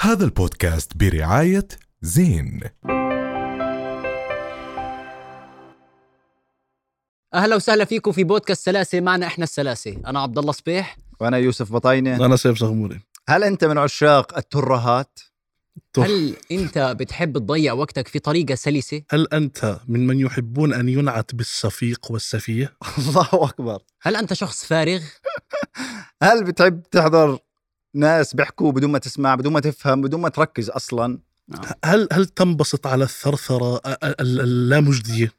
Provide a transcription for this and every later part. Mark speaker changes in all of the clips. Speaker 1: هذا البودكاست برعاية زين
Speaker 2: اهلا وسهلا فيكم في بودكاست سلاسه معنا احنا السلاسه انا عبد الله صبيح
Speaker 3: وانا يوسف بطاينه
Speaker 4: انا سيف صغموري
Speaker 3: هل انت من عشاق الترهات
Speaker 4: طف.
Speaker 2: هل انت بتحب تضيع وقتك في طريقه سلسه
Speaker 4: هل انت من من يحبون ان ينعت بالصفيق والسفيه
Speaker 3: الله اكبر
Speaker 2: هل انت شخص فارغ
Speaker 3: هل بتحب تحضر ناس بيحكوا بدون ما تسمع بدون ما تفهم بدون ما تركز اصلا
Speaker 4: هل هل تنبسط على الثرثره ال- ال- اللامجديه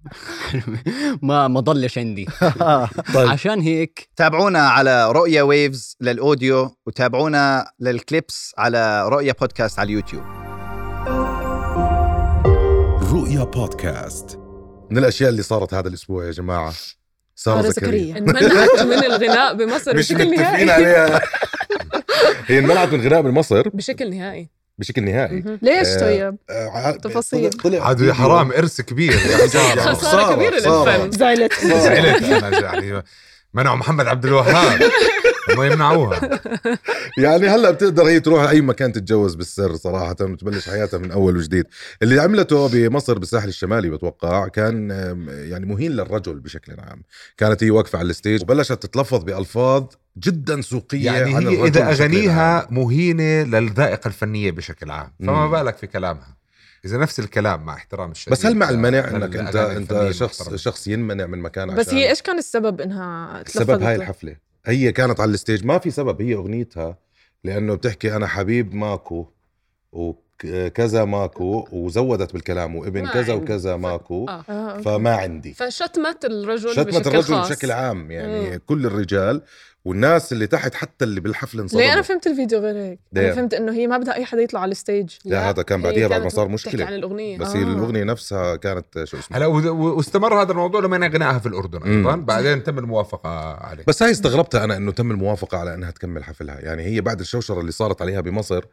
Speaker 2: ما ما ضلش عندي
Speaker 4: طيب
Speaker 2: عشان هيك
Speaker 3: تابعونا على رؤيا ويفز للاوديو وتابعونا للكليبس على رؤيا بودكاست على اليوتيوب
Speaker 1: رؤيا بودكاست
Speaker 5: من الاشياء اللي صارت هذا الاسبوع يا جماعه ساره زكريا
Speaker 6: انمنعت من الغناء بمصر
Speaker 5: مش
Speaker 6: بشكل
Speaker 5: متفقين
Speaker 6: نهائي
Speaker 5: عليها هي انمنعت من غناء بمصر
Speaker 6: بشكل نهائي
Speaker 5: بشكل نهائي
Speaker 6: مهم.
Speaker 7: ليش
Speaker 5: آه،
Speaker 7: طيب؟
Speaker 4: آه، ع-
Speaker 7: تفاصيل.
Speaker 8: طيب،
Speaker 4: طلع- طلع
Speaker 5: عاد
Speaker 4: فيديو.
Speaker 5: حرام ارث كبير يا سارة.
Speaker 6: خساره كبيره
Speaker 5: خسارة.
Speaker 6: للفن
Speaker 7: زعلت
Speaker 5: زعلت أنا يعني منعوا محمد عبد الوهاب ما يمنعوها
Speaker 8: يعني هلا بتقدر هي تروح اي مكان تتجوز بالسر صراحه وتبلش حياتها من اول وجديد اللي عملته بمصر بالساحل الشمالي بتوقع كان آم، يعني مهين للرجل بشكل عام كانت هي واقفه على الستيج وبلشت تتلفظ بالفاظ جدا سوقيه
Speaker 5: يعني
Speaker 8: عن
Speaker 5: هي
Speaker 8: الرجل
Speaker 5: اذا
Speaker 8: بشكل عام.
Speaker 5: اغانيها مهينه للذائقه الفنيه بشكل عام فما
Speaker 8: مم.
Speaker 5: بالك في كلامها اذا نفس الكلام مع احترام الشديد
Speaker 8: بس آه، هل مع المنع
Speaker 5: للأغاني
Speaker 8: انك انت
Speaker 5: الفنية
Speaker 8: انت شخص
Speaker 5: المحترمة؟
Speaker 8: شخص ينمنع من مكان
Speaker 6: بس
Speaker 8: عشان
Speaker 6: هي ايش كان السبب انها
Speaker 8: السبب
Speaker 6: تلفظت
Speaker 8: هاي
Speaker 6: له؟
Speaker 8: الحفله هي كانت على الستيج ما في سبب هي اغنيتها لانه بتحكي انا حبيب ماكو وكذا ماكو وزودت بالكلام وابن
Speaker 6: ما
Speaker 8: كذا
Speaker 6: عندي.
Speaker 8: وكذا
Speaker 6: ف-
Speaker 8: ماكو
Speaker 6: آه، آه،
Speaker 8: فما عندي
Speaker 6: فشتمت الرجل
Speaker 8: شتمت
Speaker 6: بشكل
Speaker 8: الرجل
Speaker 6: خاص.
Speaker 8: بشكل عام يعني
Speaker 6: مم.
Speaker 8: كل الرجال والناس اللي تحت حتى اللي بالحفله
Speaker 6: ليه انا
Speaker 8: انصدموا
Speaker 6: فهمت الفيديو غير هيك انا
Speaker 8: ليه؟
Speaker 6: فهمت انه هي ما بدها اي حدا يطلع على الستيج
Speaker 8: لا هذا كان
Speaker 6: هي
Speaker 8: بعديها بعد
Speaker 6: كانت
Speaker 8: ما صار
Speaker 6: تحكي عن
Speaker 8: مشكله
Speaker 6: الاغنيه
Speaker 8: بس
Speaker 6: آه.
Speaker 8: هي الاغنيه نفسها كانت شو اسمه
Speaker 5: هلا و- و- واستمر هذا الموضوع لما غنائها في الاردن ايضا
Speaker 8: مم.
Speaker 5: بعدين تم الموافقه عليه
Speaker 8: بس هاي استغربتها انا انه تم الموافقه على انها تكمل حفلها يعني هي بعد الشوشره اللي صارت عليها بمصر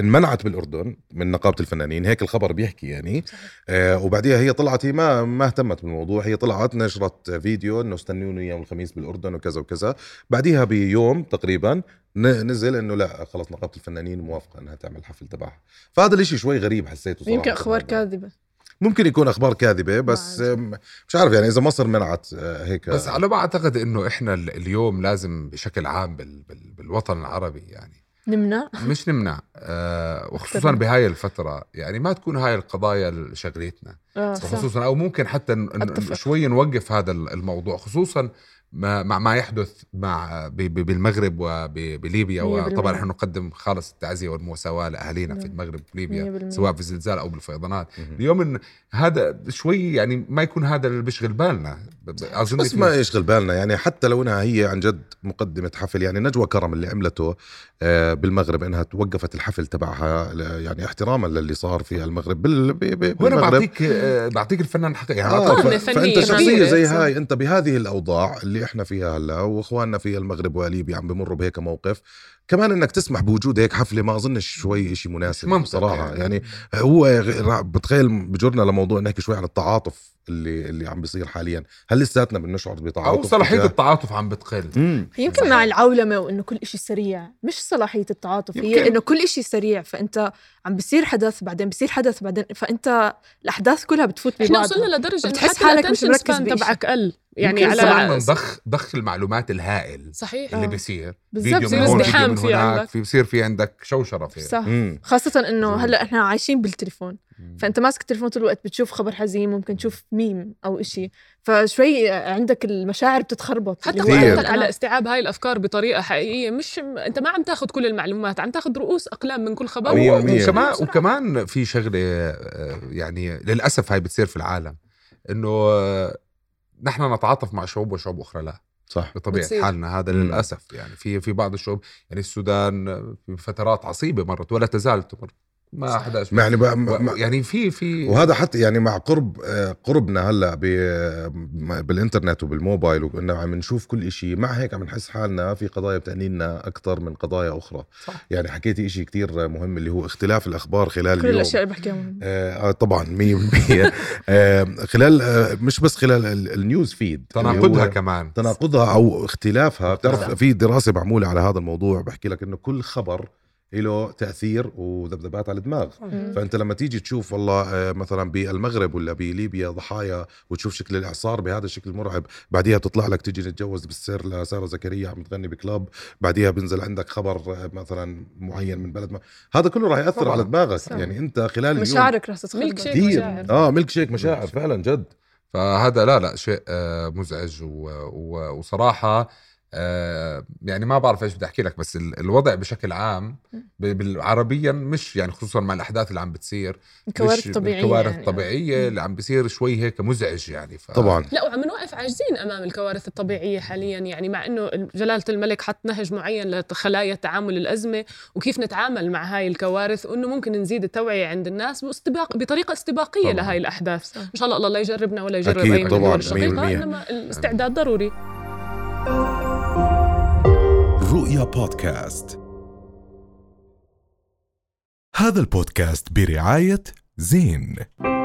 Speaker 8: انمنعت بالاردن من نقابه الفنانين هيك الخبر بيحكي يعني آه وبعديها هي طلعت هي ما ما اهتمت بالموضوع هي طلعت نشرت فيديو انه استنوني يوم الخميس بالاردن وكذا وكذا بعديها بيوم تقريبا ن- نزل انه لا خلص نقابه الفنانين موافقه انها تعمل حفل تبعها فهذا الاشي شوي غريب حسيته صراحه
Speaker 6: يمكن اخبار كاذبه
Speaker 8: ممكن يكون اخبار كاذبه بس
Speaker 6: ما
Speaker 8: آم، مش عارف يعني اذا مصر منعت آه، هيك
Speaker 5: بس على ما اعتقد انه احنا ال- اليوم لازم بشكل عام بال بال بالوطن العربي يعني
Speaker 6: نمنع
Speaker 5: مش نمنع آه وخصوصا
Speaker 6: أكثر.
Speaker 5: بهاي الفتره يعني ما تكون هاي القضايا اللي شغلتنا
Speaker 6: اه صح
Speaker 5: خصوصا او ممكن حتى ن- ن-
Speaker 6: أتفق.
Speaker 5: شوي نوقف هذا ال- الموضوع خصوصا ما- مع ما يحدث مع ب- ب- بالمغرب وبليبيا
Speaker 6: مية
Speaker 5: وطبعا
Speaker 6: بالمية.
Speaker 5: احنا نقدم خالص التعزيه والمساواه لاهالينا في
Speaker 6: نعم.
Speaker 5: المغرب
Speaker 6: مية
Speaker 5: وليبيا
Speaker 6: بالمية.
Speaker 5: سواء في الزلزال او بالفيضانات
Speaker 8: مهم.
Speaker 5: اليوم إن هذا شوي يعني ما يكون هذا اللي بيشغل بالنا ب- ب- أظن
Speaker 8: بس
Speaker 5: في-
Speaker 8: ما يشغل بالنا يعني حتى لو انها هي عن جد مقدمه حفل يعني نجوى كرم اللي عملته آه، بالمغرب انها توقفت الحفل تبعها ل- يعني احتراما للي صار في المغرب بال ب- ب-
Speaker 5: وانا
Speaker 8: بالمغرب
Speaker 5: بعطيك آه، بعطيك الفنان الحقيقي يعني
Speaker 8: آه
Speaker 5: أعطاك-
Speaker 8: ف...
Speaker 6: مقارنة فنية
Speaker 8: فانت شخصيه
Speaker 6: كبيرة،
Speaker 8: زي
Speaker 6: صح.
Speaker 8: هاي انت بهذه الاوضاع اللي احنا فيها هلا واخواننا في المغرب وليبيا عم بمروا بهيك موقف كمان انك تسمح بوجود هيك حفله ما اظنش شوي شيء مناسب
Speaker 5: منطق
Speaker 8: بصراحه
Speaker 5: يعني.
Speaker 8: يعني هو غ- بتخيل بجرنا لموضوع نحكي شوي عن التعاطف اللي اللي عم بيصير حاليا هل لساتنا بنشعر بتعاطف
Speaker 5: او صلاحيه
Speaker 8: تجاه-
Speaker 5: التعاطف عم بتقل
Speaker 8: مم.
Speaker 6: يمكن مع العولمة وإنه كل إشي سريع مش صلاحية التعاطف هي إنه كل إشي سريع فأنت عم بصير حدث بعدين بصير حدث بعدين فأنت الأحداث كلها بتفوت احنا ببعض
Speaker 7: وصلنا
Speaker 6: لدرجة
Speaker 7: بتحس حالك مش مركز بإشي.
Speaker 6: تبعك قل يعني
Speaker 5: يمكن طبعاً من
Speaker 6: على
Speaker 5: ضخ ضخ المعلومات الهائل
Speaker 7: صحيح
Speaker 5: اللي
Speaker 6: آه.
Speaker 5: بيصير
Speaker 6: بالظبط
Speaker 5: فيديو
Speaker 6: زي
Speaker 5: من هون فيديو
Speaker 6: ازدحام
Speaker 5: من
Speaker 6: في
Speaker 5: هناك يعني.
Speaker 6: عندك
Speaker 5: في بصير في عندك شوشره في
Speaker 6: صح
Speaker 8: مم.
Speaker 6: خاصة إنه
Speaker 5: مم.
Speaker 6: هلا إحنا عايشين بالتليفون
Speaker 5: مم.
Speaker 6: فأنت ماسك التليفون طول الوقت بتشوف خبر حزين ممكن تشوف ميم أو إشي فشوي عندك المشاعر بتتخربط
Speaker 7: حتى
Speaker 6: اللي هو
Speaker 8: كثير.
Speaker 7: قدرتك
Speaker 6: أنا-
Speaker 7: على استيعاب هاي الافكار بطريقه حقيقيه مش انت ما عم تاخذ كل المعلومات عم تاخذ رؤوس اقلام من كل خبر
Speaker 8: مية
Speaker 5: و-
Speaker 8: بالمية.
Speaker 5: وكمان آه، وكمان في شغله آه، يعني للاسف هاي بتصير في العالم انه آه، نحن نتعاطف مع شعوب وشعوب اخرى لا
Speaker 8: صح
Speaker 5: بطبيعه
Speaker 7: بتصير.
Speaker 5: حالنا هذا
Speaker 8: مم.
Speaker 5: للاسف يعني في في بعض الشعوب يعني السودان آه، في فترات عصيبه مرت ولا تزال تمر ما حدا
Speaker 8: ما يعني بقى
Speaker 5: و-
Speaker 8: ما
Speaker 5: يعني في في
Speaker 8: وهذا حتى يعني مع قرب آه، قربنا هلا ب- آه، بالانترنت وبالموبايل وانه عم نشوف كل إشي مع هيك عم نحس حالنا في قضايا بتعنينا اكثر من قضايا اخرى
Speaker 5: صح.
Speaker 8: يعني حكيتي إشي كتير مهم اللي هو اختلاف الاخبار خلال
Speaker 6: كل
Speaker 8: اليوم
Speaker 6: الأشياء اللي بحكيها مهمة
Speaker 8: آه آه، طبعا 100% آه خلال آه مش بس خلال ال- النيوز فيد اللي هو-
Speaker 5: تناقضها كمان
Speaker 8: تناقضها او اختلافها بتعرف
Speaker 5: نعم.
Speaker 8: في دراسه معموله على هذا الموضوع بحكي لك انه كل خبر له تاثير وذبذبات على الدماغ
Speaker 6: مم.
Speaker 8: فانت لما تيجي تشوف والله آه، مثلا بالمغرب ولا بليبيا ضحايا وتشوف شكل الاعصار بهذا الشكل المرعب بعديها بتطلع لك تيجي نتجوز بالسر لساره زكريا عم تغني بكلاب بعديها بنزل عندك خبر آه، مثلا معين من بلد ما هذا كله راح ياثر
Speaker 9: طبعاً.
Speaker 8: على دماغك
Speaker 6: صح.
Speaker 8: يعني انت خلال اليوم
Speaker 6: مشاعرك رح تتخلق
Speaker 7: ميلك شيك.
Speaker 8: كثير
Speaker 7: مشاعر.
Speaker 8: اه ملك شيك مشاعر فعلا جد
Speaker 9: فهذا لا لا شيء آه، مزعج و- و- وصراحه آه، يعني ما بعرف ايش بدي احكي لك بس ال- الوضع بشكل عام ب- بالعربيا مش يعني خصوصا مع الاحداث اللي عم بتصير
Speaker 6: كوارث
Speaker 9: مش-
Speaker 6: طبيعيه
Speaker 9: الكوارث
Speaker 6: يعني.
Speaker 9: الطبيعيه اللي عم بصير شوي هيك مزعج يعني ف...
Speaker 8: طبعا
Speaker 7: لا وعم نوقف عاجزين امام الكوارث الطبيعيه حاليا يعني مع انه جلاله الملك حط نهج معين لخلايا تعامل الازمه وكيف نتعامل مع هاي الكوارث وانه ممكن نزيد التوعيه عند الناس باستباق بطريقه استباقيه
Speaker 9: طبعاً.
Speaker 7: لهاي الاحداث ان شاء الله الله لا يجربنا ولا يجرب
Speaker 8: أكيد
Speaker 7: اي من
Speaker 8: طبعاً،
Speaker 7: الدول
Speaker 8: 100%.
Speaker 7: الشقيقه انما الاستعداد ضروري
Speaker 5: رؤيا بودكاست هذا البودكاست برعاية زين